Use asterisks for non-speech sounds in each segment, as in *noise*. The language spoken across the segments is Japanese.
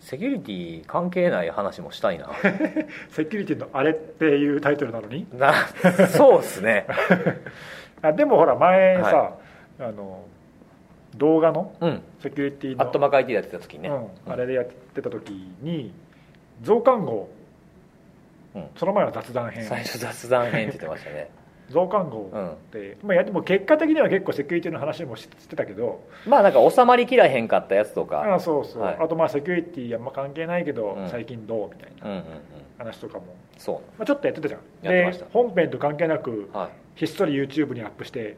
セキュリティ関係ない話もしたい *laughs* なセキュリティのあれっていうタイトルなのになそうっすねあでもほら前さ、はあの動画のうんセキュリティアのットマーク IT でやってた時にね、うん、あれでやってた時に増刊号、うんその前の雑談編最初雑談編って言ってましたね、増刊号うん、って、まあ、いやでも結果的には結構セキュリティの話もししてたけどまあなんか収まりきらへんかったやつとあかそうそう、はいあとまあセキュリティあんま関係ないけど、うん最近どうみたいなうんうんうん話とかも、そまあ、ちょっとやってたじゃんやってましたで本編と関係なくうはいひっそり YouTube にアップして、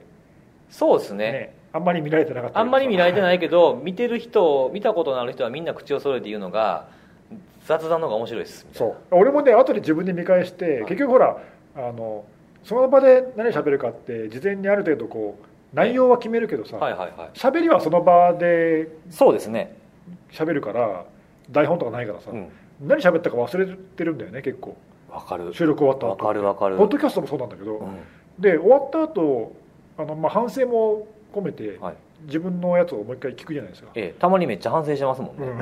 そうですねねあんまり見られてなかったあんまり見られていないけど見てる人見たことのある人はみんな口を揃えて言うのが雑談の方が面白いですみたいそなう俺もね後で自分で見返しいて、結局ほらあのその場で何喋るかって事前にある程度こう内容は決めるけどさ、はいはいはい喋りはその場でそうですね、喋るから台本とかないからさ、うん、何喋ったか忘れてるんだよね結構わかる収録終わったわ後かるわかるポッドキャストもそうなんだけど、うで終わった後あのまあ反省も込めてんはい自分のやつをもう一回聞くじゃないですか、ええ、たまにめっちゃ反省してますもんうね、ん、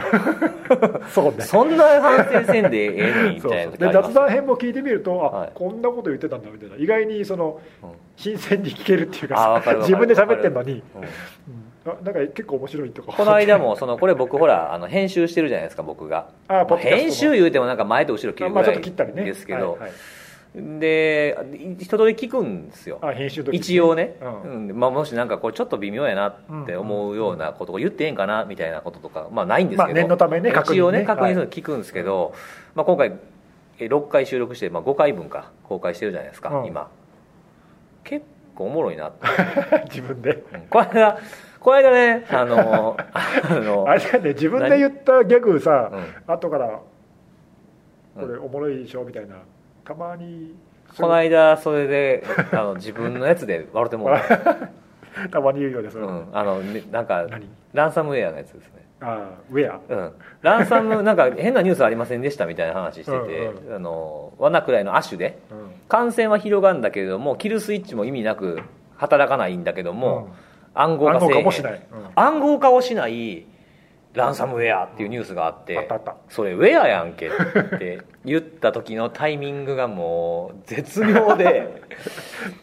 そうねそんな反省せんでええの *laughs* にみそうたいそなう時であります雑談編も聞いてみると、はあいこんなこと言ってたんだみたいな意外にそのうん新鮮に聞けるっていうかあわさかるわか *laughs* 自る分で喋ってんのに、うんうんあなんか結構面白いとかこの間もそのこれ僕ほらあの編集してるじゃないですか僕が *laughs* あポッドキャストの編集言うてもなんか前と後ろ切るぐまあちょらっとい切ったりねですけどはいでい一通り聞くんですよはいあ編集の時に一応ね、うんうんまあ、もしなんかこれちょっと微妙やなって思うようなことを言ってええんかなみたいなこととか、まあ、ないんですまあけど、念のためね確認ね一応ね確認すはるの聞くんですけど、まあ、今回え6回収録して、まあ、5回分か公開してるじゃないですか、うん今結構おもろいなって、い *laughs* 自 *laughs* 分でうんこの間この間ねあのあのあれだね自分で言ったギャグさ、うん後からうこんれおもろいでしょみたいなたまにこの間それであの自分のやつで笑ってもらった、たまに言うようです、うん、あのねなんか何ランサムウェアのやつですねあウェアうん、ランサムなんか変なニュースありませんでしたみたいな話してて、うんあの罠くらいの亜種でうん感染は広がるんだけれどもキルスイッチも意味なく働かないんだけども、暗う号ん、暗化せ号えへ化んもしない、うん暗号化をしないランサムウェアっていうニュースがあって、あったあったそれウェアやんけって言った時のタイミングがもう絶妙 *laughs* で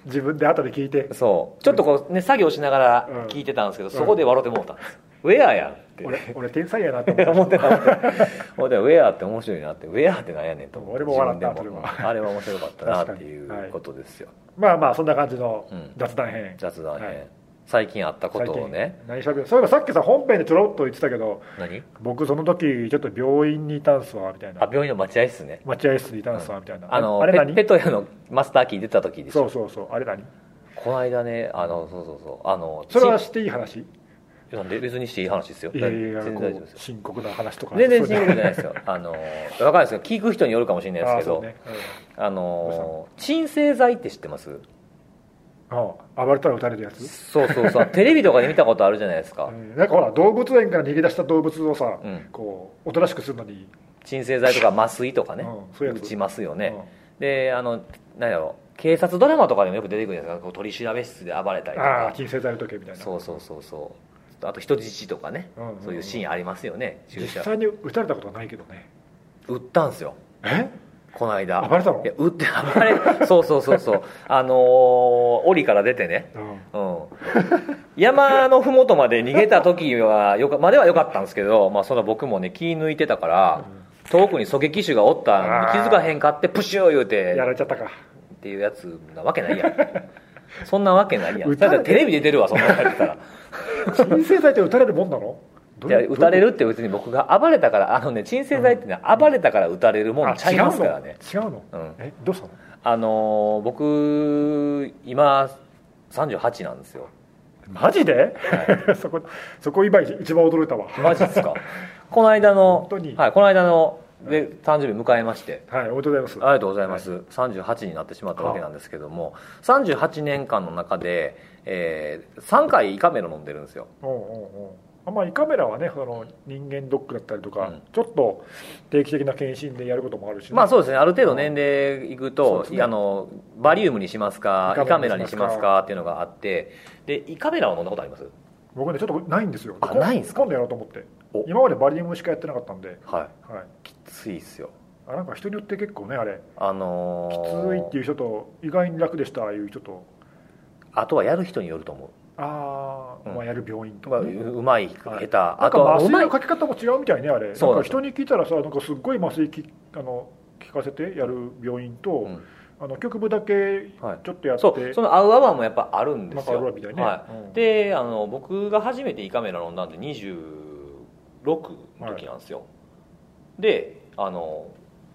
自分で後で聞いてそうちょっとこうね作業しながら聞いてたんですけど、そこで笑ってもうたんです、ウェアやんって *laughs* 俺俺天才やなと思って思ってた思ってた思ってたウェアって面白いなってウェアってなんやねんと思って俺も笑った自分でもそ *laughs* れあれは面白かったなってい確かにはういことですよ、まあまあそんな感じのうん雑談編、雑談編、はい最近あったこ最と近をね何しゃべるそういえばさっきさ本編でちょろっと言ってたけど何僕その時ちょっと病院にいたんすわみたあいな病院の待合室ね待合室にいたんすわみたいな、あのれペ何ペトヤのマスターキー出た時でしょそうそうそうあれ何この間ねあのそうそうそうあのそれはしていい話いちなんで別にしていい話ですよやいや全然こ大丈夫うですよ深刻な話とか全然深刻じゃないです *laughs* よあの分かるんないですよ聞く人によるかもしれないですけあどーそうねあの鎮静剤って知ってますうんあ暴れたら撃たれるやつ、そうそうそうテレビとかで見たことあるじゃないですか、うんなんかほら動物園から逃げ出した動物をさ、うんこうおとなしくするのに、鎮静剤とか麻酔とかね、うんそういう打やつちますよね、であの何やろう警察ドラマとかでもよく出てくるじゃないですかこう取り調べ室で暴れたうりん、とああか鎮静剤の時計みたいなそうそうそうそうあと人質とかね、うんうんうんそういうシーンありますよね注実射際に撃たれたことはないけどね売ったんですよえこの間暴れたのいや売って暴れそうそうそうそうあのー、檻から出てねうん *laughs* うん、山の麓まで逃げた時はよかまでは良かったんですけど、まあ、その僕もね気抜いてたから遠くに狙撃手がおったのに気づかへんかってプシュー言うてやられちゃった *laughs* かっていうやつなわけないやん *laughs* そんなわけないやん撃だたっれてテレビで出るわそんなやつたら鎮静剤って撃たれるもんなのどういやいう撃たれどういうるって別に僕が暴れたからあのね鎮静剤ってのは暴れたから撃たれるもんちゃいますからねあ違うの違うの、うんえど *laughs* うしたのあのー僕今38なんですよマジで、 *laughs* そこそこ今一番驚いたわ *laughs* マジっ *laughs* すかこの間の本当にはい、この間ので誕生日迎えましてはいおめでとうございありますがとうございます、38になってしまったわけなんですけども38年間の中で、え3回胃カメラ飲んでるんですよおうおうおうあまあ胃カメラはねその人間ドックだったりとか、うんちょっと定期的な検診でやることもあるしね、まあそうですねある程度年齢いくそうと、ですねあのバリウムにしますか胃胃カカメメララににししまますすかかっていうのがあってで胃カメラを飲んだことあります僕ねちょっとないんですよあないんすか今度やろうと思ってお今までバリウムしかやってなかったんで、はいはい、きついっすよあなんか人によって結構ねあれあのきつーいっていう人と意外に楽でしたいう人とあとはやる人によると思ああ、うんまあやる病院とう、まあ、か、うねうまい下手、なあんかとは麻う酔まいのかけ方も違うみたいねあれそうななんんですよか人に聞いたらさなんかすっごい麻酔きあの聞かせてやる病院と、うんあの局部だけはいちょっとやって、そうその合う合わんもやっぱあるんでなんすかあるよわみたいね、はうんい、であの僕が初めて胃カメラ飲んだんで26の時なんですよ、であの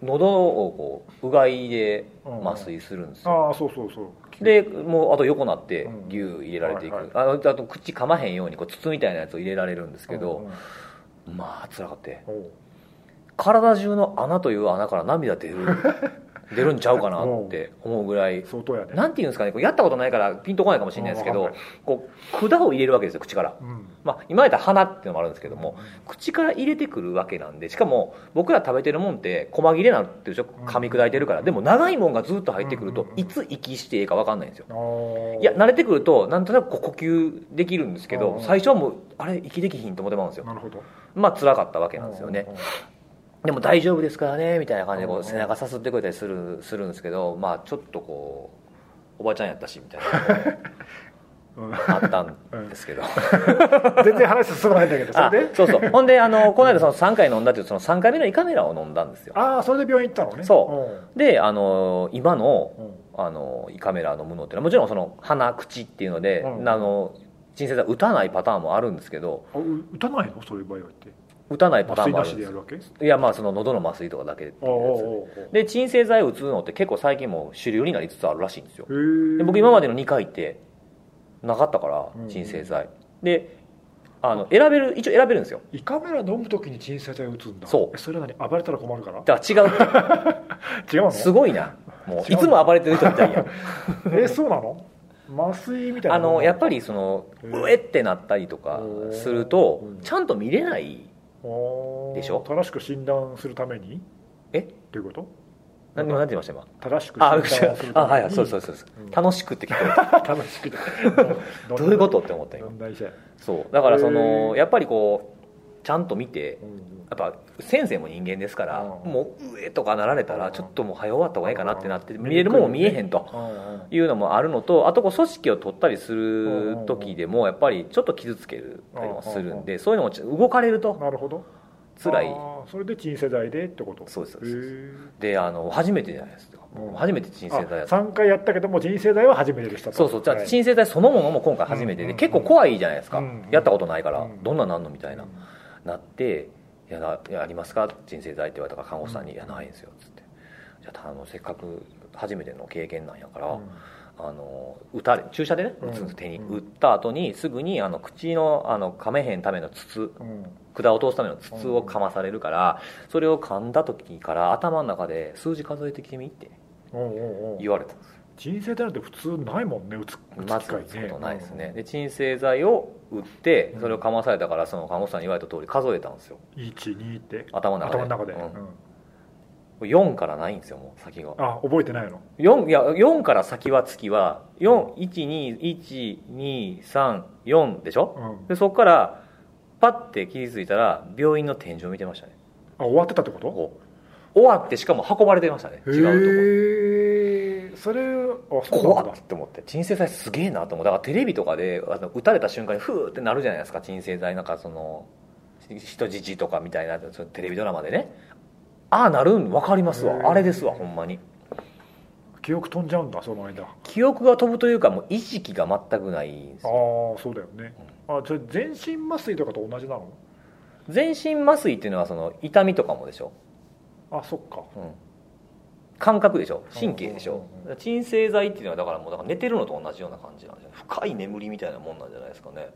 喉をこううがいでうん麻酔するんですよ、ああそうそうそうでもうあと横なってうん牛入れられていく、はいあのあと口噛まへんようにこう筒みたいなやつを入れられるんですけど、まあ辛かってうんうんおう体中の穴という穴から涙 *laughs* 出る出るんちゃうかなって思うぐらい相当やねなんていうんですかねこうやったことないからピンとこないかもしれないですけうんどわかんこう管を入れるわけですよ口から、うんまあ、今やったら鼻っていうのもあるんですけけども口から入れてくるわけなんでしかも僕ら食べてるもんって細切れなんていうでしょうん噛み砕いてるからでも長いもんがずっと入ってくるうとんいつ息していいか分かんないんですよあーいや慣れてくるとなんとなくこう呼吸できるんですけうんどうん最初はもうあれ息できひんと思ってまうんですよなるほどまあ辛かったわけなんですよねうんうんでも大丈夫ですからねみたいな感じでこうんううん背中さすってくれたりするするんですけどまあちょっとこうおばちゃんやったしみたいなうん *laughs* のもあったんですけど全然話進まないんだけどあそれでそうそうほんであのこの間その3回飲んだっていうその3回目の胃カメラを飲んだんですよああそれで病院行ったのねそであの今のうん、うんあの胃カメラ飲むのってのはもちろんその鼻口っていうので、うんあの鎮静剤打たないパターンもあるんですけどあう打たないのそういう場合はって打たないパター麻ンも酔あなるしんででやするわけいやまあその喉の麻酔とかだけってあいあうやつで鎮静剤打つのって結構最近もう主流になりつつあるらしいんですよで僕今までの2回ってなかったからうん鎮静剤であの選べる一応選べるんですよ胃カメラ飲むときに鎮静剤打つんだそうえそれは何暴れたら困るからだから違う違うのすごいなもう違ういつも暴れてる人みたいやんえそうなの麻酔みたいなあのやっぱりりそのへえうえってなったりとかするとうんちゃんと見れないでしょ正しく診断するためにえっていうこと何何て言いました今正しく診あ断あをするためにあはいはいそうで *laughs* すそうですそううんです楽しくって聞こえた楽しくてどどういうことって思った今問題じゃそうだからそへのーやっぱりこうちゃんと見てうんうんやっぱ先生も人間ですから、うんもう上とかなられたうらんちょっともう早終わった方がいいかなってなって、うん見えるもんも見えへんとうんうんいうのもあるのとあとこう組織を取ったりする時でもやっぱりちょっと傷つけるたりもするんで、そういうのもち動かれるとなるほど辛い、あーそれで鎮静剤でってことそうですそうへですーであの初めてじゃないですか、うん初めて鎮静剤やっあた三回やったけども鎮静剤は初めてでしたとそうそうじゃあはい鎮静剤そのものも今回初めてで、うんうん結構怖いじゃないですか、うんやったことないから、うんどんなんなんのみたいな、うんなって「いやないやありますか鎮静剤」って言われたから看護師さんに「いやないんですよ」っつって「じゃああのせっかく初めての経験なんやから、あの打たれ注射でねうん打つんです手に、うん打った後にすぐにあの口のあの噛めへんための筒うん管を通すための筒を噛まされるから、それを噛んだ時から頭の中で数字数えてきてみってうんうんうん言われたんですよ鎮静剤なんて普通ないもんね打つ打まつず打機つ会こねとないですねで鎮静剤を打ってそれを噛まされたからその看護師さんに言われた通り数えたんですよ12って頭の中で頭の中で、うんうん4からないんですよもう先があ覚えてないの4いや4から先は月は412124でしょうんあでそこからパッて気づいたら病院の天井見てましたね終わってたってことこう終わってしかも運ばれてましたね違うとこへえそれあそうなん怖だっって思って鎮静剤すげえなと思ってだからテレビとかであの打たれた瞬間にフーってなるじゃないですか鎮静剤なんかそのし人質とかみたいなそのテレビドラマでねああなるん分かりますわへーあれですわほんまに記憶飛んじゃうんだその間あ記憶が飛ぶというかもう意識が全くないんですあよーそうだよねあじゃあ全身麻酔とかと同じなの全身麻酔っていうのはその痛みとかもでしょ、あそっかうん、感覚でしょ神経でしうんょうんうん鎮静剤っていうのはだからもうだから寝てるのと同じような感じなんですよ深い眠りみたいなもんなんじゃないですかねへ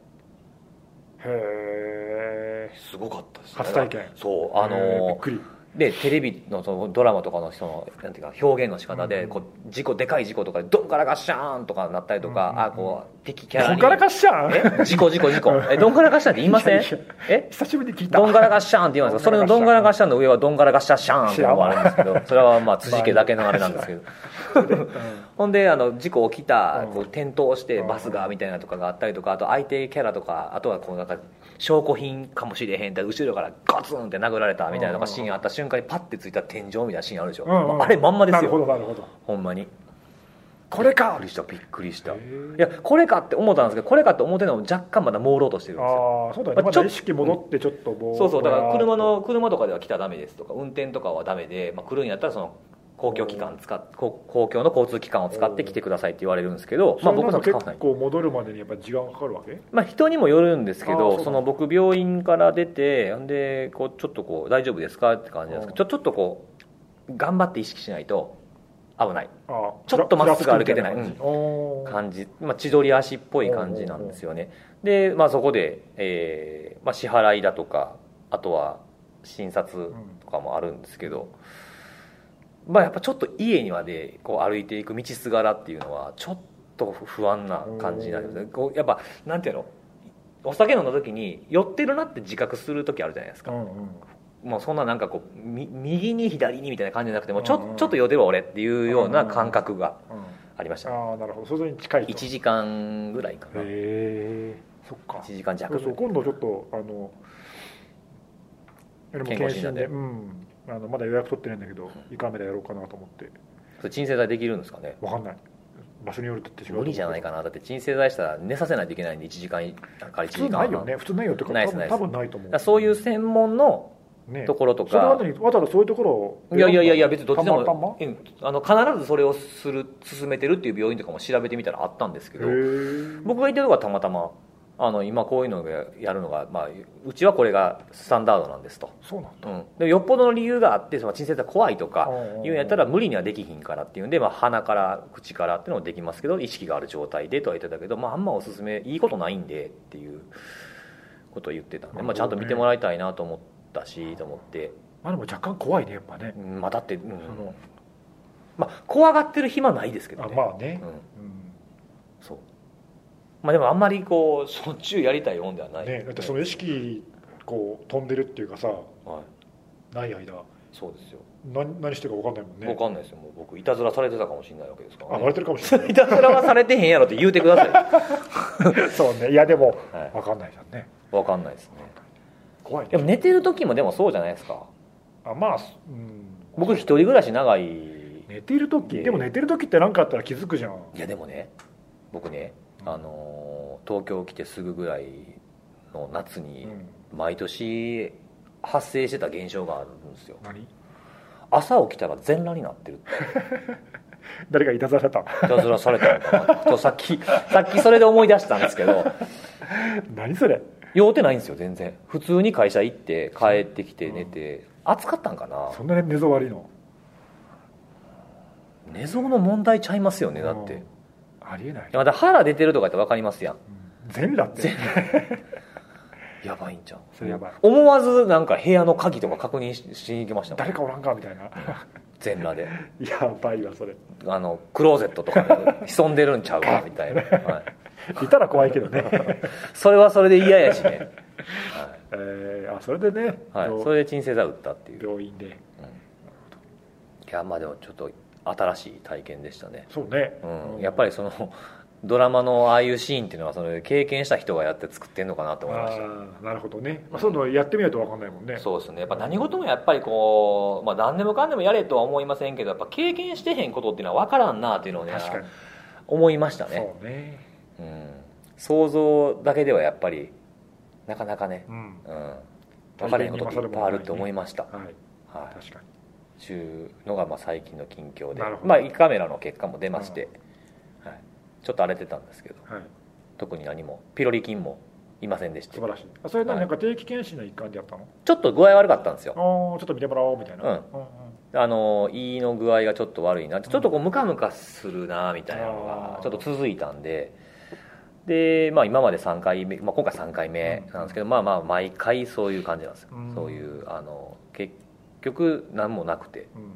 えすごかったですね初体験そうあびっのくりでテレビのそのドラマとかのそのなんていうか表現の仕方うんでうんこう事故でかい事故とかでドンからガッシャーンとかなったりとか、うんうんうんあこう敵キャラほにっからかっしゃんえ事故事故事故えドンからガッシャーンって言いませんいやいえ *laughs* 久しぶりに聞いたドンガラガッシャーンって言うんですけど、それのドンガラガッシャーンの上はドンガラガッシャーシャーンってのがあるんですけど、それはまあ辻家だけのあれなんですけど、それでうんほんであの事故起きた、うんこう転倒してうんバスがみたいなとかがあったりとかあと相手キャラとかあとはこうなんか証拠品かもしれへんって後ろからガツンって殴られたみたいなのがシーンあった瞬間にパッてついた天井みたいなシーンあるでしょ、うんうんあれまんまでなするほよどなるほどほんまにびっこれかくりしたびっくりしたへいーやこれかって思ったんですけどこれかって思ってるのも若干まだ朦朧としてるんですよああそうだまねあまちょだ意識戻ってちょっとぼーそうそうだから車ぼーっの車とかでは来たらダメですとか運転とかはダメで、まあ、来るんやったらその公共機関使っ公公共の交通機関を使って来てくださいって言われるんですけど、とまあ、そ僕れなんかも使わない結構戻るまでにやっぱり時間がかかるわけまあ、人にもよるんですけああそうどなそのの僕病院から出てんでこうちょっとこう大丈夫ですかって感じなんですけどちょちょっとこう頑張って意識しないと危ないあーちょっとまっすぐ歩けてないふらつくみたな感じ感じ、まあ、千鳥足っぽい感じなんですよねで、まあ、そこで、えーまあ、支払いだとかあとは診察おーうんとかもあるんですけど、まあ、やっぱちょっと家にまでこう歩いていく道すがらっていうのはちょっと不安な感じになりますねこうやっぱなんていうのお酒飲んだ時に酔ってるなって自覚する時あるじゃないですか、うんうんもうそんななんかこうみ右に左にみたいな感じじゃなくてもうちうんょうんちょっと酔ってるわ俺っていうような感覚がありましたねああなるほどそれに近いと1時間ぐらいかな1へえそっか時間弱そうぐそらうい今度ちょっとあの俺も健康診断でうん、あのまだ予約取ってないんだけど胃カメラやろうかなと思ってそれ鎮静剤できるんですかねわかんない場所によるとって違うと思う無理じゃないかなだって鎮静剤したら寝させないといけないんで1時間から1普時間半通ないよね普通ないよっていうかないで多すな分いです多分ないと思だうからそういう専門のねところとそれはか、何わざわざそういうところをいやいやいやいや別にどっちでもたまたまうんあの必ずそれをする進めてるっていう病院とかも調べてみたらあったんですけどへえ僕が行ってるとこはたまたまあの今こういうのをやるのが、まあ、うちはこれがスタンダードなんですと、そうなんだうん、でよっぽどの理由があってその鎮静剤怖いとかいうんやったらうん無理にはできひんからっていうんで、まあ、鼻から口からっていうのもできますけど意識がある状態でとは言ってたけど、まあ、あんまおすすめいいことないんでっていうことを言ってたんで、まあ、ちゃんと見てもらいたいなと思ったしと思って、まあでも若干怖いねやっぱねうんまあ、だって、うんそのまあ、怖がってる暇ないですけどあね、まあねうん、うんそう、まあ、でもあんまりこうしょっちゅうやりたいもんではない、ねだってその意識こう飛んでるっていうかさはい、ない間そうですよ、何何してるか分かんないもんねわかんないですよもう僕いたずらされてたかもしれないわけですかあら、割れね、てるかもし *laughs* れいたずらはされてへんやろって言うてください、ないそうねいやでもはい分かんないじゃんねわかんないですね怖いでねも寝てる時もでもそうじゃないですかあまあうん僕一人暮らし長い寝てるい時やでも寝てる時って何かあったら気づくじゃんいやでもね僕ねうんあのー東京来てすぐぐらいの夏うにん毎年発生してた現象があるんですよ何朝起きたら全裸になってる誰かいたずらされたいたずらされたのかなとさっ *laughs* きさっきそれで思い出したんですけど何それ酔うてないんですよ全然普通に会社行って帰ってきて寝て暑かったんかなそんなに寝相悪いの寝相の問題ちゃいますよねだっうてんありえないまた腹出てるとかやったら分かりますやんうん全裸ってやばいんちゃうそれやばい思わずなんか部屋の鍵とか確認ししに行きましたもん *laughs* 誰かおらんかみたいな *laughs* 全裸でやばいわそれあのクローゼットとか *laughs* に潜んでるんちゃうかみたいな、はい、いたら怖いけ *laughs* どね、それはそれで嫌やしね、えーあそれでね、はいはい、病それで鎮静剤打ったっていう病院でいやまあでもちょっと新しい体験でしたね、そうね、うん、やっぱりそのドラマのああいうシーンっていうのはその経験した人がやって作ってんのかなと思いまあしたーなるほどね、まあ、そういうのやってみないと分かんないもんねそうですねやっぱ何事もやっぱりこう、まあ、何でもかんでもやれとは思いませんけどやっぱ経験してへんことっていうのは分からんなっていうのをね確かに、思いましたねそうねうん、想像だけではやっぱりなかなかね、うんうん、分からへんことっていっぱいあると思いました、はいは確かにい、ちゅうのがまあ最近の近況でなるほどまあ、胃カメラの結果も出まして、はい、ちょっと荒れてたんですけどはい特に何もピロリ菌もいませんでした素晴らしいあそれなはいなんか定期検診の一環でやったの、ちょっと具合悪かったんですよああちょっと見てもらおうみたいな、うんうんあの胃の具合がちょっと悪いなちょっとこうムカムカするなみたいなのあがーちょっと続いたんでで、まあ、今まで3回目、まあ、今回3回目なんですけど、まあまあ毎回そういう感じなんですよ、うんそういうあの結局何もなくて、うんうん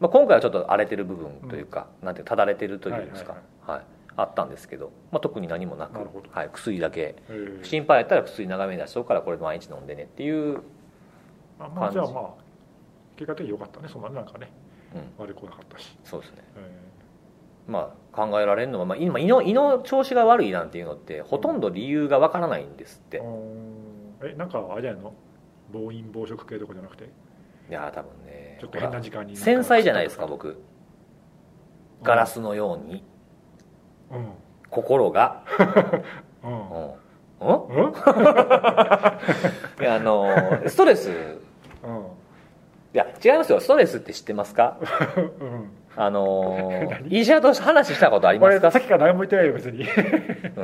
まあ、今回はちょっと荒れてる部分というか、なんていうかただれてるというんですか、ははいいあったんですけど、まあ、特に何もなくなるほどはい、薬だけうんうんへー心配やったら薬長めに出しとくからこれ毎日飲んでねっていうあまあじゃあ感まあ結果的に良かったねそんななんかねうん悪くなかったし、そうですねえまあ考えられるのは、まあ、今胃の胃の調子が悪いなんていうのってほとんど理由がわからないんですって、ーうーんえなんかあれやの暴飲暴食系とかじゃなくていやー多分ねちょっと変な時間に繊細じゃないですか僕ガラスのようにうん心が、うんうん、うんうん、いやあのー *laughs* ストレスいや違いますよストレスって知ってますかうんあのー *laughs* 何医者と話したことあります俺さか、っきから何も言ってないよ別に、う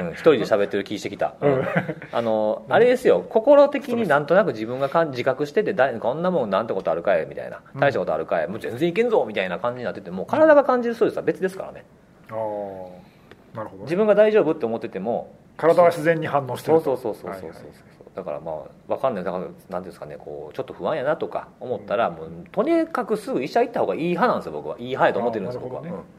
ん、一人で喋ってる気してきた、ううんんあのーあれですよ心的になんとなく自分が感自覚しててだこんなもんなんてことあるかいみたいなうん大したことあるかいもう全然いけんぞみたいな感じになってても体が感じるストレスは別ですからねああなるほど自ね分が大丈夫って思ってても体は自然に反応してそるうそうそうそうそうそうはいはいだからまあわかんないだからなんていうんですかねこうちょっと不安やなとか思ったら、もうとにかくすぐ医者行った方がいい派なんですよ僕はいい派やと思ってるんですあー僕は、なるほどうんね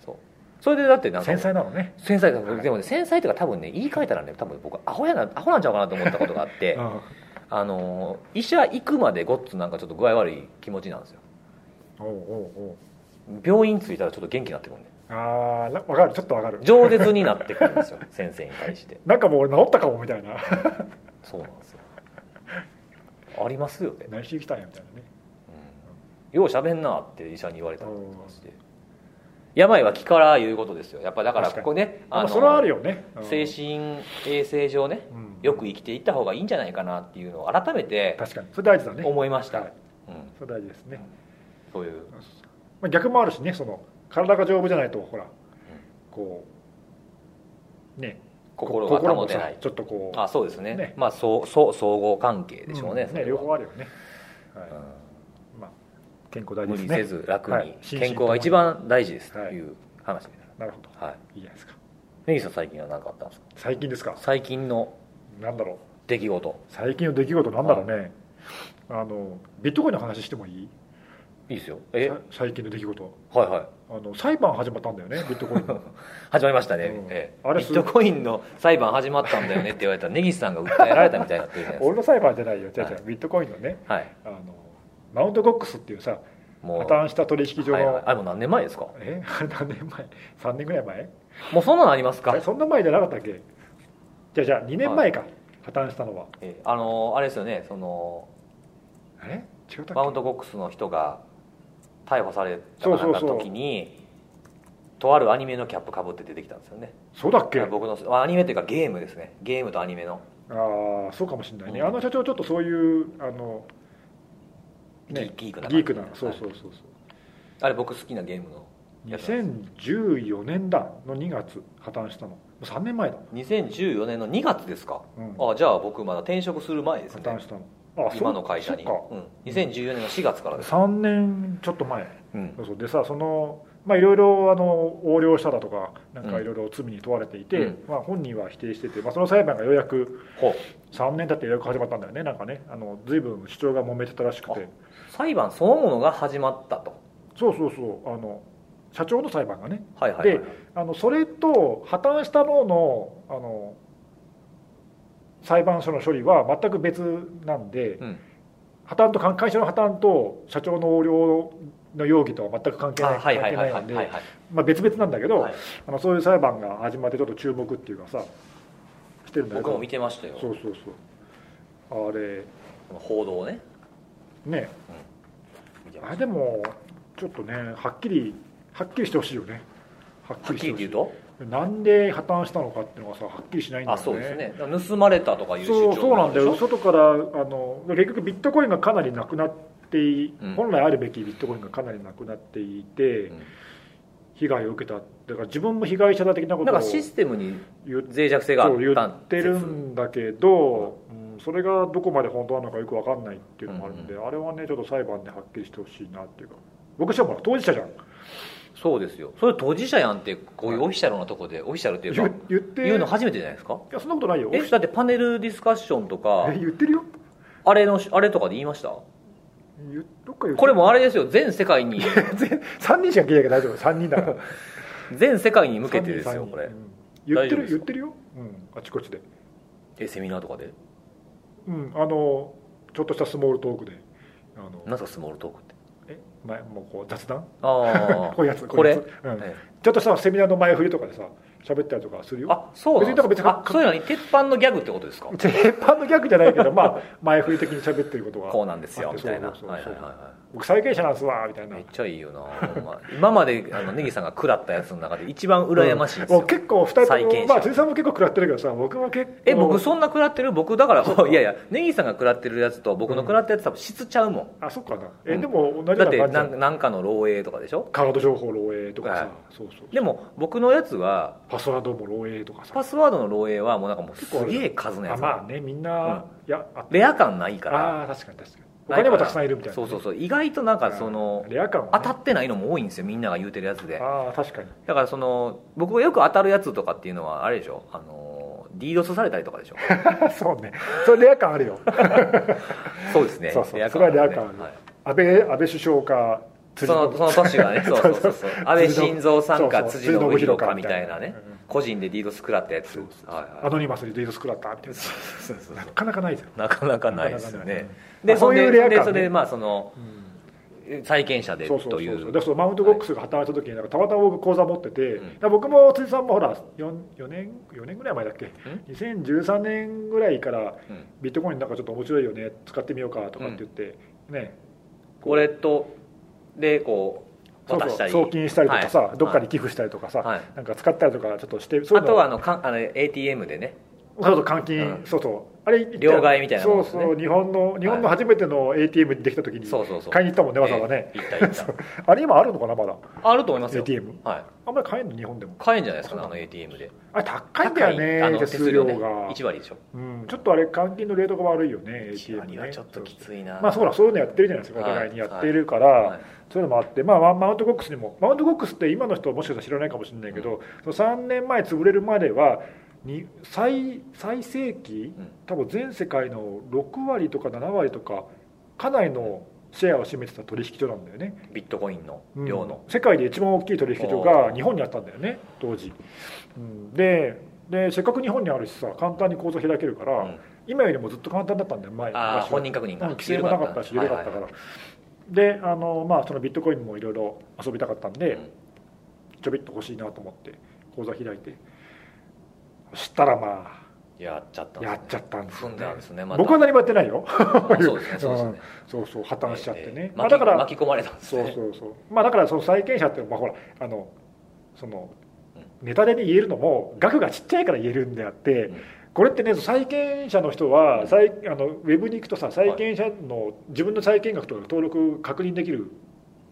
そうそれでだってなんか繊細なのね、繊細だでもね繊細というか多分ね言い換えたらね多分僕アホやなアホなんちゃうかなと思ったことがあって、うん、あのー医者行くまでごっつなんかちょっと具合悪い気持ちなんですよおうおうおう病院着いたらちょっと元気になってくるんでああ分かるちょっと分かる饒舌になってくるん *laughs* ですよ先生に対してなんかもう俺治ったかもみたいな *laughs* そうなんですよありますよね何しに来たんやみたいなねうんようしゃべんなって医者に言われたりとかして病は気からいうことですよやっぱだから確かにここねあそれはあるよね、うん精、神衛生上ねうんよく生きていった方がいいんじゃないかなっていうのを改めて確かにそれ大事だね思いました、はいうん、それ大事ですね、そういうまあ、逆もあるしねその体が丈夫じゃないとほら、こうね心が保てな心もいさちょっとこうあそうですねねまあそうそう総合関係でしょうね,んそれは、両方あるよね、はいうんまあ、健康大事無です理ねせず楽に、はい健康が一番大事ですという話です、なるほどはい、いいじゃないですか根岸さん最近は何かあったんですか最近ですか最近のなんだろう出来事最近の出来事なんだろうねあのビットコインの話してもいいいいですよえさ最近の出来事はいはいあの裁判始まったんだよねビットコ *laughs* インの始まりましたね、うえんえあれビットコインの裁判始まったんだよねって言われたら根岸さんが訴えられたみたいになってるじゃないです俺の裁判じゃないよ違う違はうビットコインのねかはいあのマウントゴックスっていうさもう破綻した取引所はいの、はいあれもう何年前ですかえ *laughs* あれ何年前3年ぐらい前もうそんなのありますあかれそんな前じゃなかったっけじゃあじゃあ2年前か、破綻したのはええあのあれですよねそのあれ違ったっけマウントボックスの人が逮捕されたかなんかの時にとあるアニメのキャップかぶって出てきたんですよねそうだっけあ僕のあアニメっていうかゲームですねゲームとアニメのあそうかもしれないね、うんあの社長ちょっとそういうあのねギークな感じギークなそうそうはいそうそう、あれ僕好きなゲームのやつなん2014年だの2月破綻したのもう3年前だ、 2014年の2月ですかうん破あじゃあ僕まだ転職する前ですね綻したのあそう今の会社に、うそっん、2014年の4月からです、か3年ちょっと前うんそうそうでさそのまあいろいろあの横領しただとかなんかいろいろ罪に問われていて、うんまあ、本人は否定してて、まあ、その裁判がようやくほう3年経ってようやく始まったんだよねなんかねあの随分主張が揉めてたらしくて裁判そのものが始まったとそうそうそうあの社長の裁判がねはいはいはい、であのそれと破綻したののあの裁判所の処理は全く別なんで、うん破綻と関会社の破綻と社長の横領の容疑とは全く関係あないはいはいはいはいは関係ないいんで、はいまあ、別々なんだけど、はいあのそういう裁判が始まってちょっと注目っていうかさしてるんだけ僕ども見てましたよそうそうそうあれ報道をねね見てまあしれでもちょっとねはっきりはっきりしてほしいよねはったはっきしてりほし言いうとなんで破綻したのかっていうのがさはっきりしないんだよあねそうですね盗まれたとかいう主そう張そうなんだよでしょ外からあの結局ビットコインがかなりなくなっていうん本来あるべきビットコインがかなりなくなっていて、被害を受けただから自分も被害者だ的なうんこなとんをかシステムに言っ脆弱性があそうっ言たってるんだけど、うんそれがどこまで本当なのかよく分かんないっていうのもあるんで、あれはねちょっと裁判ではっきりしてほしいなっていうか僕しかも当事者じゃん説そうですよそれ当事者やんってこういうオフィシャルなとこでオフィシャルっていうか言言って言うの初めてじゃないですかいやそんなことないよえだってパネルディスカッションとかえ言ってるよあれのあれとかで言いました言どっか言ってるこれもあれですよ全世 *laughs* 界に3人しか聞いなきゃ大丈夫3人 *laughs* だから全世界に向けてです3よ人これうん言大って丈夫でるす言かってるよ、うん、あちこちでえセミナーとかでうんあのちょっとしたスモールトークであのなんすかスモールトークってえ前もうこう雑談あ *laughs* こういうやつこれういうやつうんえちょっとさセミナーの前振りとかでさ喋ったりとかするえよあそうなんです別にだからか別あそにういうのに鉄板のギャグってことですか鉄板の逆じゃないけどまあ前振り的に喋ってることこうはなんですよあみたいなそうそうそうはいはいはいは僕債権者なんすわみたいいなめっちゃいいよな、ほんま今まであ *laughs* のネギさんが食らったやつの中で一番羨ましいですもよ、う結構2人債と権も者まあ辻さんも結構食らってるけどさ僕も結構え僕そんな食らってる僕だからいやいやネギさんが食らってるやつと僕の食らったやつ多分質ちゃうもん、あそっかなえ、うんでも同じだよっうてな感じなだんなんかの漏洩とかでしょカード情報漏洩とかさ、はいそうそうでも僕のやつはパスワードも漏洩とかさパスワードの漏洩はもうなんかもうすげえ数のやあつ、まあねみんな、いやあレア感ないからあー確かに確かに他にもたくさんいるみたいなそうそうそう意外となんかそのレア感は、ね、当たってないのも多いんですよみんなが言うてるやつでああ確かにだからその僕がよく当たるやつとかっていうのはあれでしょあの DDoS されたりとか *laughs* でしょそうねそれレア感あるよそうですねそうそうレアそれはレア感感あるねはい安倍安倍首相かそのその年が *laughs* ねそうそうそうそう安倍晋三さんか辻の信弘かみたいなねうん個人で DDoS 食らったやつそうそうそうはいアはノニマスにデートスクラッターみたいいなそうそうそうなかなかないですよ、なかなかないですよねなかなかないでそんそういでうレア感ねでそれでまあその債権者でそうそうそとういそううだからそのマウントボックスが働いた時になんかたまたま僕口座持ってて、うんだから僕も辻さんもほら 4, 4年4年ぐらい前だっけん2013年ぐらいからうんビットコインなんかちょっと面白いよね使ってみようかとかって言って、ねこれとでこうそう渡しそたうり送金したりとかさ、はいどっかに寄付したりとかさ、はいなんか使ったりとかちょっとしてそういあうとはあののかんあの ATM でねそうそう換金、うんそうそうあれ両替みたいなもんですそうねそう日本の日本の初めての ATM できた時にそうそうそう買いに行ったもんねわざわざね、ええ行った行ったあれ今 *laughs* あるのかなまだあると思いますよ ATM はいあんまり買えんの日本でも買えんじゃないですかねあの ATM であれ高いんだよねの手数料が、ね1割でしょうん、ちょっとあれ換金のレートが悪いよね1 ATM 割ねはちょっときついなまあそうだそういうのやってるじゃないですかおはい互いにやってるから、はいそういうのもあって、まあ、ママウントコックスにもマウントコックスって今の人もしかしたら知らないかもしれないけど、その3年前潰れるまではに最最盛期うん多分全世界の6割とか7割とかかなりのシェアを占めてた取引所なんだよね、ビットコインのうん量の世界で一番大きい取引所おがー日本にあったんだよね当時、うん、ででせっかく日本にあるしさ簡単に口座開けるから、うん今よりもずっと簡単だったんだよ前ああ昔は本人確認うんが規制もなかったし緩かったから、であの、まあ、そのビットコインもいろいろ遊びたかったんで、うんちょびっと欲しいなと思って口座開いてそしたらまやっちゃったあやっちゃったんです踏よ、んだんですねまた僕は何もやってないよあそうですねそうですねそうそう破綻しちゃってね、ええええまあ、だから巻き巻き込まれたんですそうねそうそうまあだからその債権者っていうのはまあほらあのそのネタでね言えるのも額がちっちゃいから言えるんであって、うんこれってね債権者の人うはん債あのウェブに行くとさ債権者の自分の債権額とか登録確認できる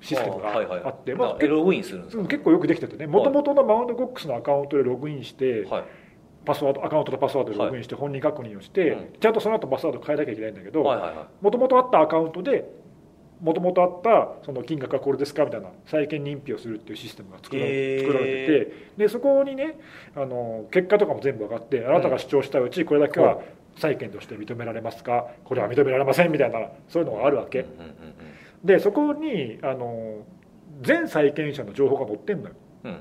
システムがはいはいあってだまかあら結ログインするんですうかん結構よくできててねもともとのマウンドコックスのアカウントでログインしてはいパスワードアカウントとパスワードでログインして本人確認をして、うんちゃんとその後パスワード変えなきゃいけないんだけど、はいはいはいもともとあったアカウントで、もともとあったその金額はこれですかみたいな、債権認否をするっていうシステムが作ら,、へー作られてて、でそこにねあの、結果とかも全部上がって、あなたが主張したうち、これだけは債権として認められますか、これは認められませんみたいな、そういうのがあるわけうん、うんうんでそこにあの全債権者の情報が載ってんのよ、うんうん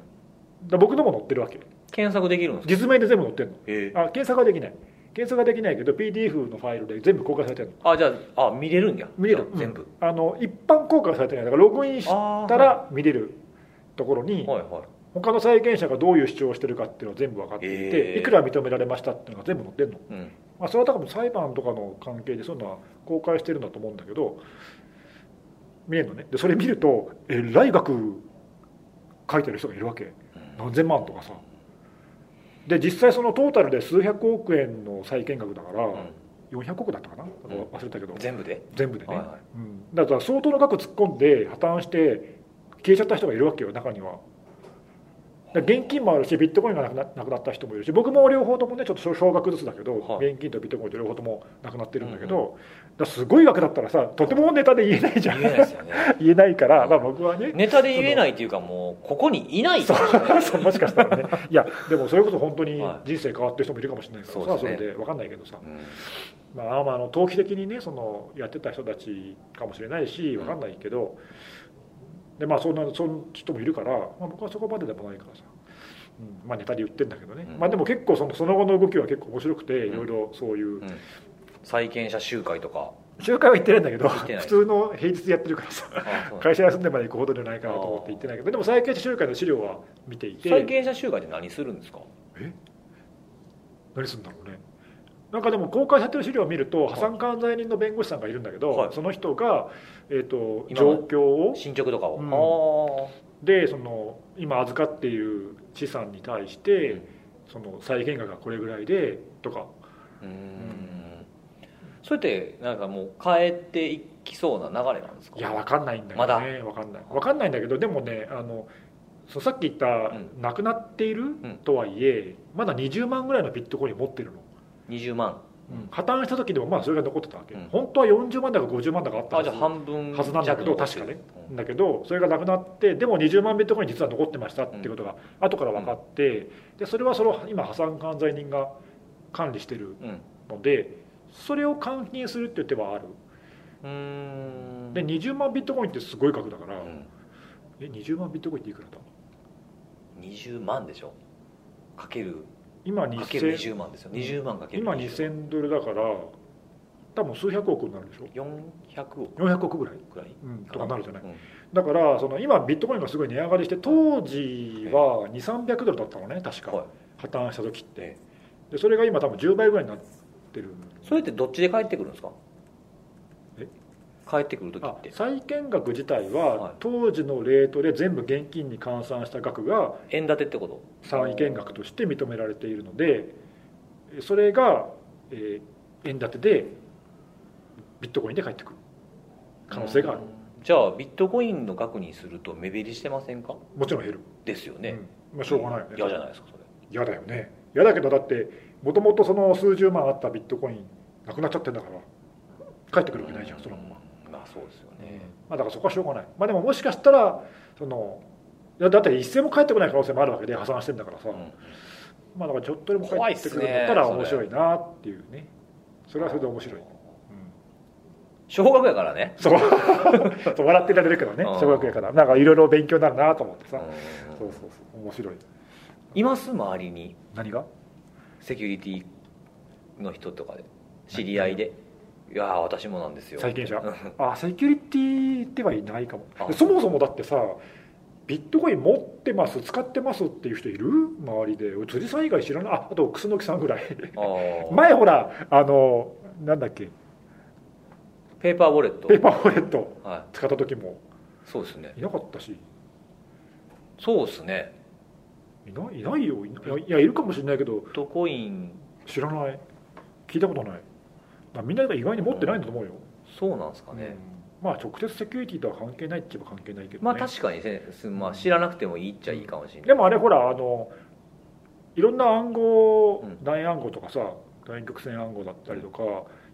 だ僕のも載ってるわけ、検索できるんですか実名で全部載ってんの、ええあ検索はできない、検索はできないけど、PDF のファイルで全部公開されてるの。あじゃああ見れるんや見れるじゃあ全部あの一般公開されてないだからログインしたあーら見れるところにはいはい他の債権者がどういう主張をしてるかっていうのは全部分かっていて、えーいくら認められましたっていうのが全部載ってるの、うんまあ、それは多分裁判とかの関係でそういうのは公開してるんだと思うんだけど見えるのねでそれ見るとえらい額書いてる人がいるわけ何千万とかさで実際そのトータルで数百億円の債権額だから、う400億だったかななんか忘れたけど、ん全部で全部でね、はいはいうん、だから相当の額突っ込んで破綻して消えちゃった人がいるわけよ中にはだから現金もあるしビットコインがなくななくなった人もいるし僕も両方ともねちょっと少少額ずつだけど、はい現金とビットコインと両方ともなくなってるんだけど、だからすごい額だったらさとてもネタで言えないじゃ言んえないですよね *laughs* 言えないから、まあ、僕はねネタで言えないっていうかもうここにいないそかもしれなうい *laughs* そうもしかしたらねいやでもそれこそ本当には人生変わってる人もいるかもしれないからそうさですそねれで分かんないけどさうんまあ、まああの投機的にねそのやってた人たちかもしれないし分かんないけど、でまあそんなその人もいるから、まあ、僕はそこまででもないからさ、うんまあ、ネタで言ってんだけどね、うんまあ、でも結構そのその後の動きは結構面白くてうんいろいろそういう、うん債権者集会とか集会は行ってないんだけど行ってない普通の平日やってるからさあそうなんだ会社休んでまで行くほどじゃないかなと思って行ってないけどでも債権者集会の資料は見ていて債権者集会って何するんですか何するんだろうねなんかでも公開されてる資料を見ると破産管財人の弁護士さんがいるんだけど、はいその人が、えー、と今状の況を進捗とかうんを、でその今預かっている資産に対して、うんその債権額がこれぐらいでとかああうんそれってなんかもう変えていきそうな流れなんですかいや分かんないんだけどね分かんない分かんないんだけどでもねあのそうさっき言った、ん亡くなっているんとはいえまだ20万ぐらいのビットコイン持ってるの、 20万破綻した時でもまだそれが残ってたわけ、うん本当は40万だか50万だかあったあはじずゃあ半分はずなんだけど弱確かねうんだけどそれがなくなってでも20万ビットコイン実は残ってましたっていうことが後から分かって、でそれはその今破産管財人が管理してるうんのでそれを換金するっていう手はあるうーんで20万ビットコインってすごい額だかうら、んえ20万ビットコインっていくらだ20万でしょかける今かける2000 20万ですよ20万かける今2000ドルだから多分数百億になるでしょ400億400億ぐらい、くらいうん、とかなるじゃないうんだからその今ビットコインがすごい値上がりして当時は2300ドルだったのね確か、はい破綻した時ってえでそれが今多分10倍ぐらいになってるそれってどっちで帰ってくるんですかえ帰ってくる時あって債権額自は体いは当時のレートで全部現金に換算した額が円建てってこと債権額として認められているのでそれが、えー円建てでビットコインで返ってくる可能性があるうんじゃあビットコインの額にすると目減りしてませんかもちろん減る、ですよね、うんまあ、しょうがないよね嫌じゃないですかそれ嫌だよね嫌だけどだってもともとその数十万あったビットコインなくなっちゃってんだから返ってくるわけないじゃんそのまま、うんまあそうですよね、まあ、だからそこはしょうがないまあでももしかしたらそのいやだって一銭も返ってこない可能性もあるわけで破産してんだからさ、うんまあだからちょっとでも返ってくるんだったら怖い面っすね白いなっていうねそれはそれで面白い、うん小学やからねそうそう *laughs* 笑ってられるけどねうん小学生からなんかいろいろ勉強になるなと思ってさ、うんそうそうそう面白いいます周りに何がセキュリティの人とかで知り合いでいやー私もなんですよ債 *laughs* 権者 *laughs* うんあセキュリティではいないかもあでそもそもだってさビットコイン持ってます使ってますっていう人いる周りで辻さん以外知らないああと楠木さんぐらいあー前ほらあのなんだっけペーパーウォレットペーパーウォレットは使った時もいそうですねいなかったしそうですねいないいないよいないいやいるかもしれないけどビットコイン知らない聞いたことないだからみんなが意外に持ってないんだと思うよ、そうなんですかね、うんまあ直接セキュリティとは関係ないって言えば関係ないけど、ね、まあ確かにね、すまあ、知らなくてもいいっちゃいいかもしれないでもあれほらあのいろんな暗号うん楕円暗号とかさ楕円曲線暗号だったりとか、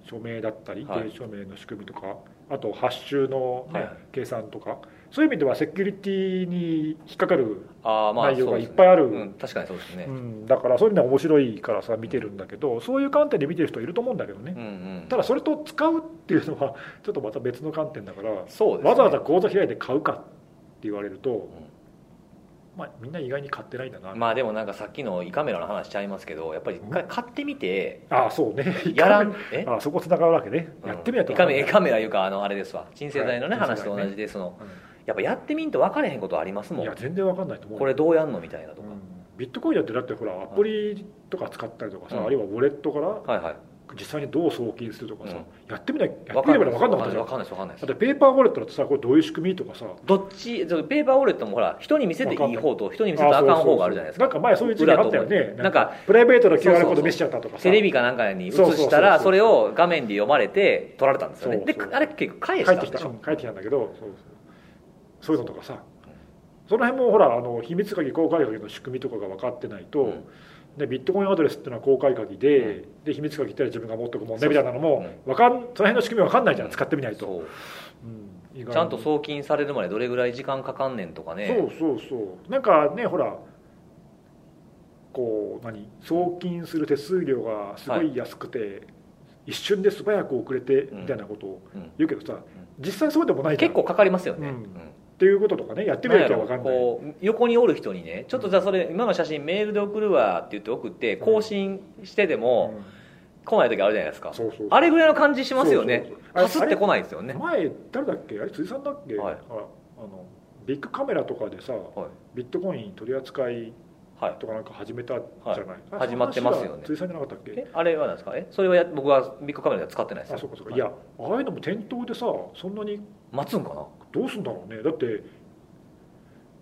署名だったりはい定署名の仕組みとかあとハッシュのね、はい計算とかそういう意味ではセキュリティに引っかかる、あーまあ内容そうがでいすっねぱいあるうん、確かにそうですね、うんだからそういうのは面白いからさ見てるんだけどそういう観点で見てる人いると思うんだけどねうんうんただそれと使うっていうのは *laughs* ちょっとまた別の観点だからそうですねわざわざ口座開いて買うかって言われると、んまあ、みんな意外に買ってないんだな、まあでもなんかさっきの胃カメラの話しちゃいますけどやっぱり一回買ってみてああそうねやらんえ *laughs* あそこ繋がるわけね、やってみないと胃わカかんなメい胃カメラいうかあのあれですわ鎮静剤のね、はい話と同じでそのやっぱやってみんと分かれへんことありますうんもいやん全然わかんないと思うこれどうやんのみたいなとうか、んビットコインだってだってほらアプリとか使ったりとかさ、うんあるいはウォレットからはいはい実際にどう送金するとかさ、うんやってみないやわってみれんば分なかいんなかったじゃわんだかんないですわかんないですってペーパーウォレットだってさこれどういう仕組みとかさどっちそのペーパーウォレットもほら人に見せていい方と人に見せてあかん方があるじゃないですかあそうそうそうなんか前そういう事件あったよ裏とね表なんかプライベートのそうそう QR そうコード見せちゃったとかさテレビかなんかに映そうそうそうしそたらうそれを画面で読まれて撮られたんですよねそうでそうあれ結構返し帰たっんてきでたしょ帰ってきたんだけどそうそうそういうのとかさその辺もほらあの秘密鍵公開鍵の仕組みとかが分かってないと、うんでビットコインアドレスっていうのは公開鍵で,、で秘密鍵ってのは自分が持っておくもんねみたいなのもわかんその辺の仕組み分かんないじゃん、使ってみないと、そううん意外にちゃんと送金されるまでどれぐらい時間かかんねんとかねそうそうそうなんかねほらこう何送金する手数料がすごい安くて、一瞬で素早く遅れてみたいなことをうん言うけどさ、実際そうでもないじゃん結構かかりますよね、うんうんっていうこととかねやってみなんるやとろ分かんないこう横におる人にねちょっとじゃあそれ今の写真メールで送るわって言って送って更新してでも、うん来ない時あるじゃないですかそうそうそうあれぐらいの感じしますよねそうそうそうあれかすってこないですよね前誰だっけあれ辻さんだっけ、はいああのビッグカメラとかでさはいビットコイン取り扱いはいとかなんか始めたじゃない、あ始まってますよね話が辻さんじゃなかったっけえあれはなんですかえそれはや僕はビッグカメラでは使ってないですあよそうかそうか、、はいやああいうのも店頭でさそんなに待つんかなどうすんだろうねだって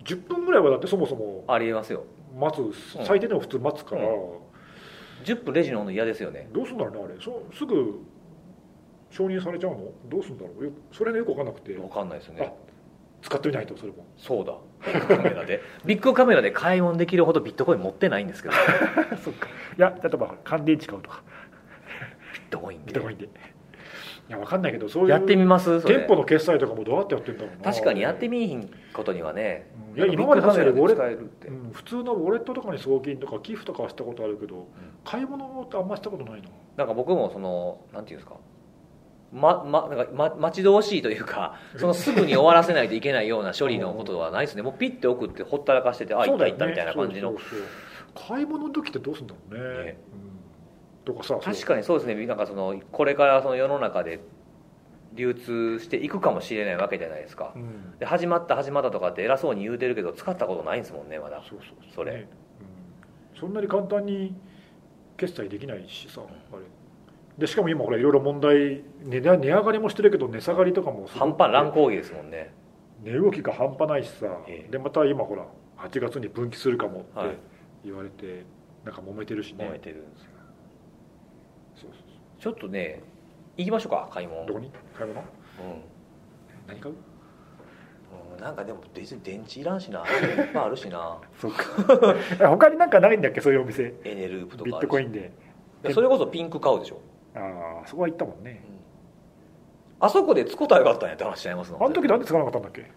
10分ぐらいはだってそもそもありえますよ待つ最低でも普通待つから、う10分レジの温度嫌ですよねどうすんだろうねあれそすぐ承認されちゃうのどうすんだろうよそれがよく分かんなくて分かんないですよね使ってみないとそれもそうだビッグカメラで *laughs* ビッグカメラで買い物できるほどビットコイン持ってないん *laughs* ですけどいや例えば乾電池買うとかビットコインビでットコインでいや分かんないけどそういうやってみますそれ店舗の決済とかもどうやってやってんだろうな確かにやってみいひんことにはねうんいや今までビッグ確カかメにラウォでレット使えるってうん普通のウォレットとかに送金とか寄付とかはしたことあるけど、買い物ってあんましたことないななんか僕もそのなんていうんですかま、ま、なんか、ま、待ち遠しいという *laughs* か、そのすぐに終わらせないといけないような処理のことはないですね。もうピッて送ってほったらかしてて、あ、そ行うっただよ行ねったみたいな感じのそう。そうそう買い物の時ってどうするんだろうねねうんとかさ確かにそうですね。なんかその、これからその世の中で流通していくかもしれないわけじゃないですか。に、うん、で、始まった始まったとかって偉そうに言うてるけど、使ったことないんですもんね、まだ。そうそううそれねうん、そんなに簡単に決済できないしさあれでしかも今ほらいろいろ問題値段値上がりもしてるけど値下がりとかもすご半く端乱高下ですもんね。値動きが半端ないしさ、ええでまた今ほら8月に分岐するかもってはい言われて、なんか揉めてるしね揉めてるんですよそうそうそちょっとね、行きましょうか、買いう物。どこに買い物うん何買ううんなんかでも別に電池いらんしなまああるしなそうか *laughs* 他になんかないんだっけそういうお店エネループとかビッあトるしコインでいやそれこそピンク買うでしょ、ああそこは行ったもんねあそこで使ったらよかったんやって話しちゃいますのあの時なんで使わなかったんだっけ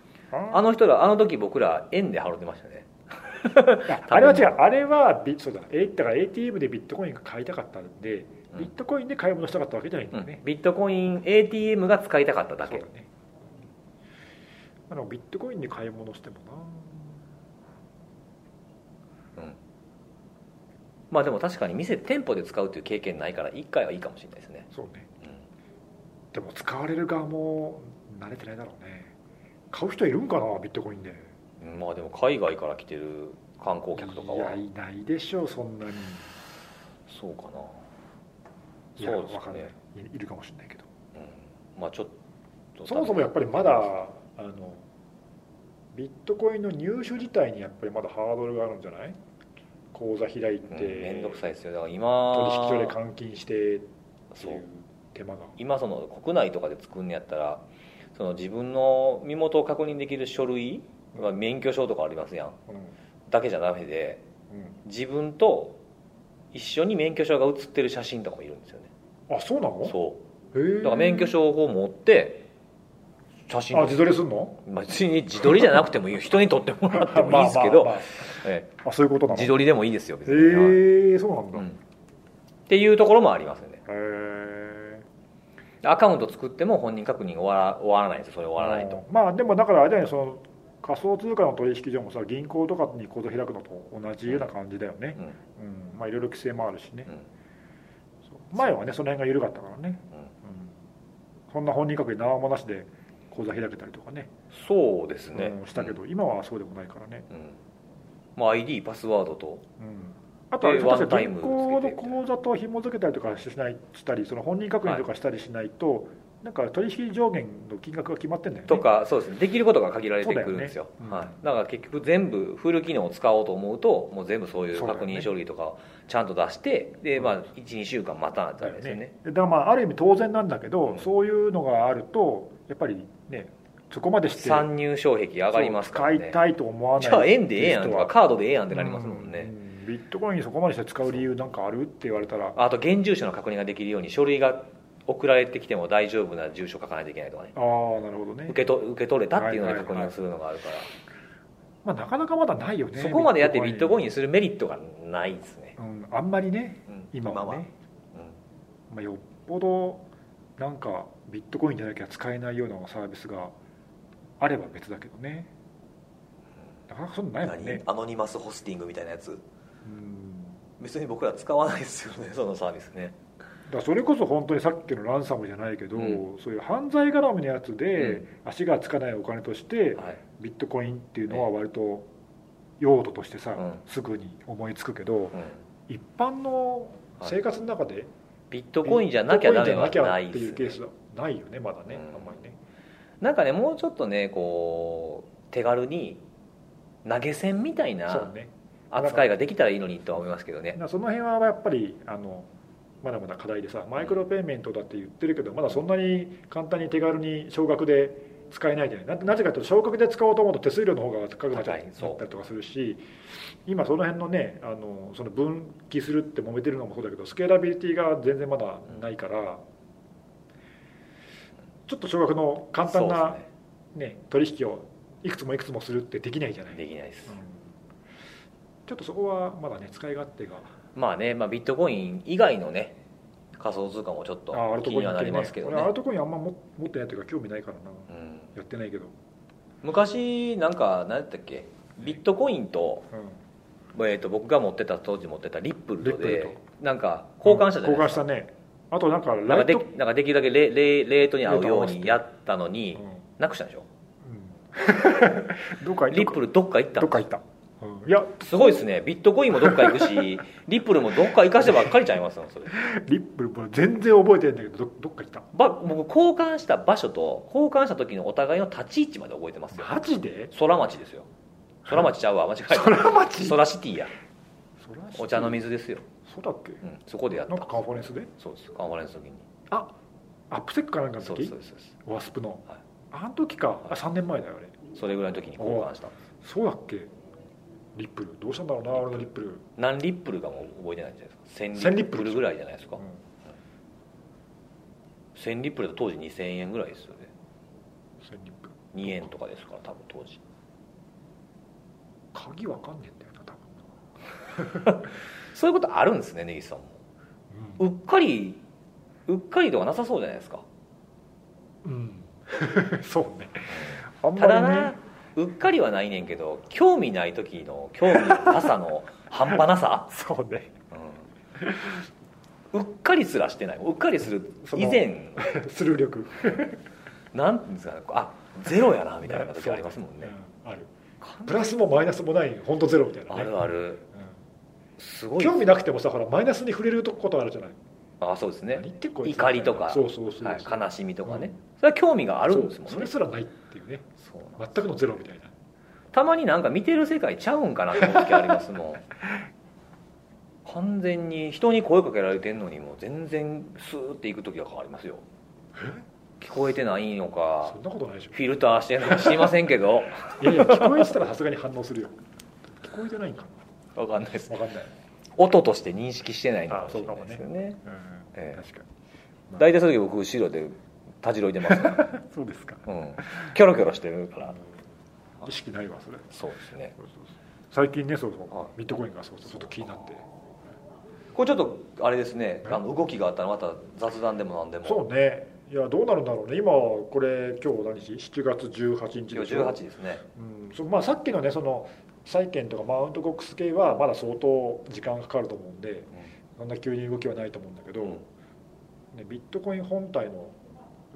あの人らあの時僕ら円で払ってましたねいやあれは違うあれはビそうだえだから ATM でビットコインが買いたかったんで、うんビットコインで買い物したかったわけじゃないんだうよんね、ビットコイン ATM が使いたかっただそうけだねあのビットコインで買い物してもなまあでも確かに店店舗で使うっていう経験ないから1回はいいかもしれないですね、そうねうんでも使われる側も慣れてないだろうね買う人いるんかなビットコインでうんまあでも海外から来てる観光客とかいはやいないでしょうそんなにそうかないやそうですねわかんないいいるかもしれないけどうんまあちょっとそもそもやっぱりまだあのビットコインの入手自体にやっぱりまだハードルがあるんじゃない口座開いて、うん取面倒くさいですよだから引今所で換金してってそいうう手間が今その国内とかで作んのやったらその自分の身元を確認できる書類、まあ、免許証とかありますやんうんだけじゃダメでう自分と一緒に免許証が写ってる写真とかもいるんですよねんあそうなのそうへーだから免許証を持って写真あ自撮りすんのまあ別に自撮りじゃなくてもいいよ人に撮ってもらってもいいですけどまあまあええまああそういうことなの自撮りでもいいですよ別へに、はいえそうなんだ、うんっていうところもありますよねへえアカウント作っても本人確認終わら終わらないんですよそれ終わらないとうんまあでもだからあれだよねその仮想通貨の取引所もさ銀行とかに口座開くのと同じような感じだよね、うんうん、まあいろいろ規制もあるしね、うんそう前はねその辺が緩かったからね、うん、そんな本人確認縄もなしで口座開けたりとかね、そうですね、うん、したけど、今はそうでもないからね、うんまあ、ID パスワードとうん、あとあれで確ワンかタイ銀ム行のつけて口座と紐付けたりとかしないしたりその本人確認とかしたりしないと、なんか取引上限の金額が決まってんだよねとかそうですねできることが限られてくるんですよそうだよねうんはい、だから結局全部フル機能を使おうと思うともう全部そういう確認書類とかをちゃんと出して、でまあ12週間待たないとだダよメですよねねだからまあある意味当然なんだけど、うんそういうのがあるとやっぱりねそこまでして参入障壁上がりますからそうね使いたいと思わなじいゃあ円でええやんと人かはカードでええやんってなりますもんね、うんうんビットコインそこまでして使う理由なんかあるって言われたらああと現住所の確認ができるように書類が送られてきても大丈夫な住所書かないといけないとかねあーなるほどね受、けと受け取れたっていうので確認するのがあるから、まあ、なかなかまだないよねそこまでやってビットコインにするメリットがないですね、うん、あんまりねうん今はねうんまあ、よっぽどなんかビットコインじゃなきゃ使えないようなサービスがあれば別だけどねなかなかそんなのないもんね何アノニマスホスティングみたいなやつうん *laughs* 別に僕ら使わないですよねそのサービスねだからそれこそ本当にさっきのランサムじゃないけど、うんそういう犯罪絡みのやつで、うん足がつかないお金としてはいビットコインっていうのは割と用途としてさ、うんすぐに思いつくけどうん、一般の生活の中で、ビットコインじゃなきゃダメはビットコインじゃなきゃないっていうケでーすスねはないよねまだね、うんあんまりねなんかねもうちょっとねこう手軽に投げ銭みたいそうなね扱いができたらいいのにとは思いますけどねなその辺はやっぱりあのまだまだ課題でさマイクロペイメントだって言ってるけどまだそんなに簡単に手軽に少額で使えないじゃないななぜかというと少額で使おうと思うと手数料の方が高くなっちゃっ高いそうたりとかするし今その辺のねあのその分岐するって揉めてるのもそうだけどスケーラビリティが全然まだないからちょっと少額の簡単そうなで、ね、取引をいくつもいくつもするってできないじゃなすいねできないですちょっとそこはまだね使い勝手がまあね、まあ、ビットコイン以外のね仮想通貨もちょっとあアル気トコイにンはなりますけどね俺アルトコインあんまも持ってないというか興味ないからなうんやってないけど、昔なんか何やったっけビットコインと,、うえー、と僕が持ってた当時持ってたリップルとリッでプルなんかん、交換したじゃない交で換すしかたねあとなんかなんラかイでト、なんかできるだけレレレートに合うようレートに合わせにてやったのうにんなくしたんでしょうん *laughs* どっかリップルどっか行ったどっか行った、うんいやすごいですねビットコインもどっか行く *laughs* しリップルもどっか行かしてばっかりちゃいますのそれリップルも全然覚えてないんだけどどどっか行ったば僕交換した場所と交換した時のお互いの立ち位置まで覚えてますよマジで空町ですよ空町ちゃうわ間違えた空町空シティや空市お茶の水ですよ、そうだっけうん、そこでやっなんたかカンファレンスでそうですカンファレンスの時にあアップセックかなんかのそうです時そうですそうですワスプの、はいあの時かあ3年前だよあれそれぐらいの時に交換したそうだっけリップルどうしたんだろうな俺のリップル何リップルかも覚えてないんじゃないですか1000リ1000リッッププルルぐらいじゃないですかうん1000リップルだと当時2000円ぐらいですよね千リップ2円とかですから多分当時鍵わかんねえんだよな多分、そういうことあるんですね根岸さんもうっかりうっかりとかなさそうじゃないですかうん、 *laughs* そうねあんたまだりなねうっかりはないねんけど興味ない時の興味のなさ *laughs* の半端なさ、そうねうっかりすらしてないうっかりするその以前スルー力なんていうんですかねあゼロやなみたいな時ありますもんね、うんあるかんプラスもマイナスもない本当ゼロみたいな、ね、あるあるすうごんい興味なくてもさほらマイナスに触れることあるじゃないあそうですね何言ってんこいつ怒りとかそうそうそうそう、はい、悲しみとかね、うんそれは興味があるんですもんねそうそれすらないっていうねそうなん全くのゼロみたいなたまになんか見てる世界ちゃうんかなって思う時ありますもん完全に人に声かけられてんのにもう全然スーっていく時が変わりますよ聞こえてないのかそんなことないでしょフィルターしてんのか知りませんけどいやいや聞こえてたらさすがに反応するよ聞こえてないんか *laughs* わかんないですなわかんない、音として認識してないのかもしれないですよねうんええ確かに大体そういう時僕後ろでたじろいでます、そうですかうん、キョロキョロしてるから意識ないわそれそうですね最近ねそうそう、はいビットコインがそうそうちょっと気になってこれちょっとあれですねあの動きがあったらまた雑談でも何でもそうねいやどうなるんだろうね今これ今日何日7月18日今で日しょ18ですねうんそうまあ、さっきのねその債券とかマウントコックス系はまだ相当時間かかると思うんでそんな急に動きはないと思うんだけど、うんね、ビットコイン本体の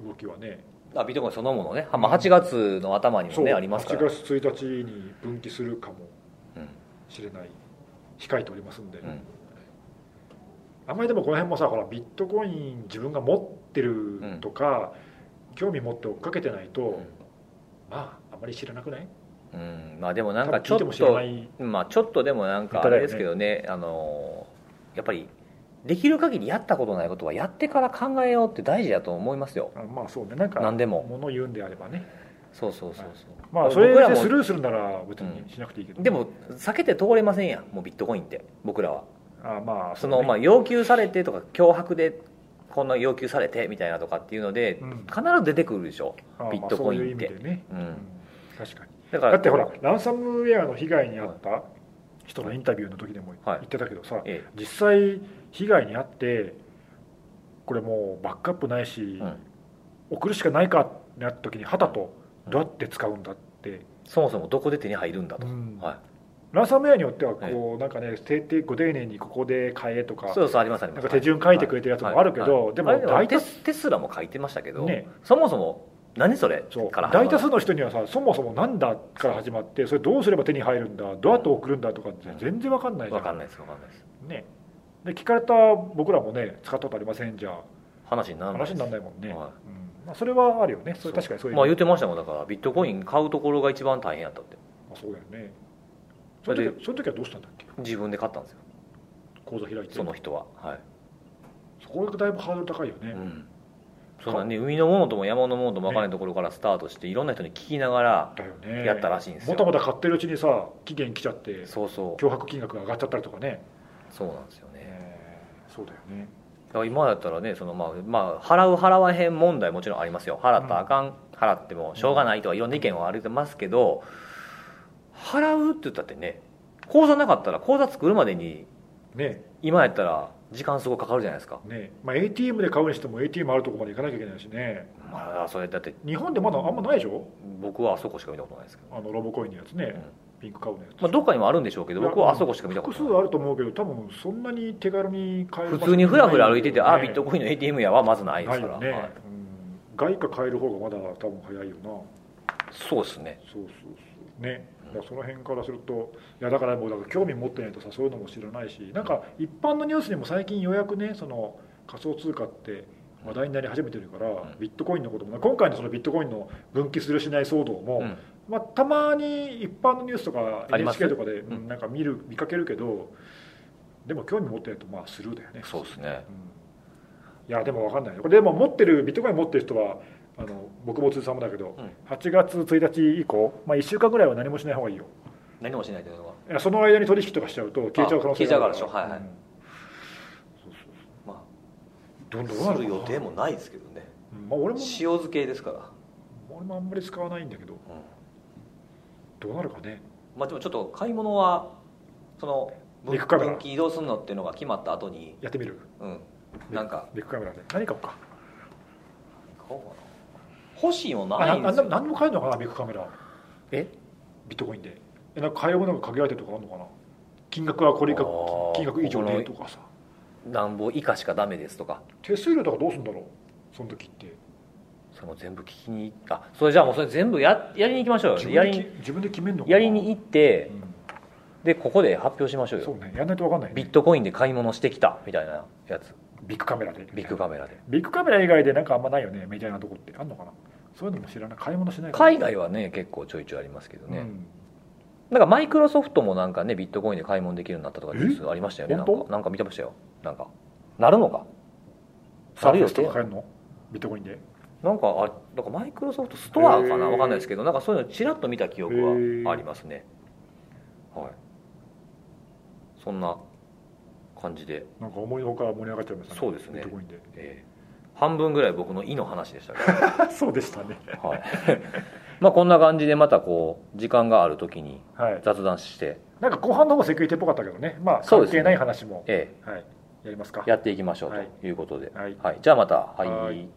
動きはねあビットコインそのものね、まあ、8月の頭にもそうねありますから、 8月1日に分岐するかもうんしれない控えておりますんで、うんあんまりでもこの辺もさほらビットコイン自分が持ってるとか、興味持って追っかけてないと、まああんまり知らなくないうんまあでもなんかちょっ多分聞いても知らなといまあちょっとでもなんかあれですけどねあのーやっぱりできる限りやったことないことはやってから考えようって大事だと思いますよあまあそうねなんか何でも物言うんであればねそうそうそうそう、まあそ僕れらでもスルーするなら別にしなくていいけど、でも避けて通れませんやんもうビットコインって僕らはあまあそのまあ要求されてとか脅迫でこんな要求されてみたいなとかっていうので、うん必ず出てくるでしょあまあビットコインってそういう意味でね、うん確かにだからだってほらランサムウェアの被害に遭った人のインタビューの時でも言ってたけどさ、え実際被害に遭ってこれもうバックアップないし、えうん送るしかないかってなった時に旗とどうやって使うんだって、そもそもどこで手に入るんだと、うんはランサムウェアによってはこうなんかね徹底ご丁寧にここで買えとかそうそうありますありなますんか手順書いてくれてるやつもあるけどであもれでも大テ多ステスラも書いてましたけど、ねそもそも何それそうから大多数の人にはさそもそもなんだから始まってそれどうすれば手に入るんだどうやって送るんだとかって全然わかんないじゃ分んかんないです分かんないですねで聞かれた僕らもね使ったことありませんじゃ話になあらない話にならないもんね、はいうんまあ、それはあるよねそれ確かにそういうまあ言ってましたもんだからビットコイン買うところが一番大変やったってあそうだよねその時はその時はどうしたんだっけ自分で買ったんですよ口座開いてその人ははい、そこがだいぶハードル高いよね、うんそうなんね海のものとも山のものとも分からないところからスタートしていろんな人に聞きながらだよねやったらしいんですよもたもた買ってるうちにさ期限来ちゃってそうそう脅迫金額が上がっちゃったりとかね、そうなんですよねえーそうだよねだから今だったらねそのまあ、まあ、払う払わへん問題もちろんありますよ払ったらあかん、払ってもしょうがないとはいろんな意見はありますけど払うって言ったってね口座なかったら口座作るまでにね今やったら時間すごいかかるじゃないですかねまあ、ATM で買うにしても ATM あるとこまで行かなきゃいけないしねまあそれだって日本でまだあんまないでしょ僕はあそこしか見たことないですけど、あのロボコインのやつね、ピンクカブのやつ、まあ、どっかにもあるんでしょうけど僕はあそこしか見たこ複と数ないあると思うけど多分そんなに手軽に買える普通にふらふら歩いてて、ああビビッットトココインの ATM やはまずなイいンでないすかよら、ね、はいうん、外貨買える方がまだ多分早いよなそうですねそうそうそうねだからその辺からするといやだからもうだから興味持ってないとさそういうのも知らないしなんか一般のニュースにも最近ようやくねその仮想通貨って話題になり始めてるから、んビットコインのことも今回のそのビットコインの分岐するしない騒動も、うんまあ、たまに一般のニュースとかあります NHK とかで、うんうんなんか見る見かけるけどでも興味持ってないとまあスルーだよねそうですねうんいやでも分かんないよこれでも持ってるビットコイン持ってる人はあの僕も通さんもだけど、うん8月1日以降、まあ、1週間ぐらいは何もしない方がいいよ何もしないというのが、いやその間に取引とかしちゃうと消えちゃう可能消え性があるちゃうからでしょはいはいうんまどんあ、どんどうなするるの予か定なもないですけどねうんまあ、俺も塩漬けですから、俺もあんまり使わないんだけどうんどうなるかねまあ、でもちょっと買い物はその分行くから分岐移動するのっていうのが決まった後に、やってみるうん、なんかビッグカメラで何買おうか買おうかな欲しいもんあないなんなでんすよでも何でも買えるのかなビッグカメラえビットコインでえなんか買い物が限られてるとかあるのかな金額はこれ以下あー金額以上でとかさ暖房以下しかダメですとか手数料とかどうするんだろうその時ってそれも全部聞きにあそれじゃあもうそれ全部ややりに行きましょう自よや分でりき自分で決めるのかなやりに行ってうでここで発表しましょうんそようねやんないと分かんないビッねトコインで買い物してきたみたいなやつビッグカメラでビッグカメラでビッグカメラ以外でなんかあんまないよねメディアなとこってあんのかなそういうのも知らない買い物しないから海外はね結構ちょいちょいありますけどね、うんなんかマイクロソフトもなんかねビットコインで買い物できるようになったとかニュースありましたよねなんか本当なんか見てましたよなんかなるのかサなーるフェよスとか買えるのビットコインでなんかあなんかマイクロソフトストアかなへわーかんないですけどなんかそういうのちらっと見た記憶はありますねはいそんな感じで、なんか思いのほか盛り上がっちゃいましたそうですねビットコインで *laughs* えー半分ぐらい僕の「い」の話でしたけそうでしたねど、はい、 *laughs* まあこんな感じでまたこう時間がある時にはい雑談して、なんか後半の方セキュリティっぽかったけどねまあそう関ですね係ない話もえはいやりますかーやっていきましょうはいということで、はいはい、じゃあまたははいい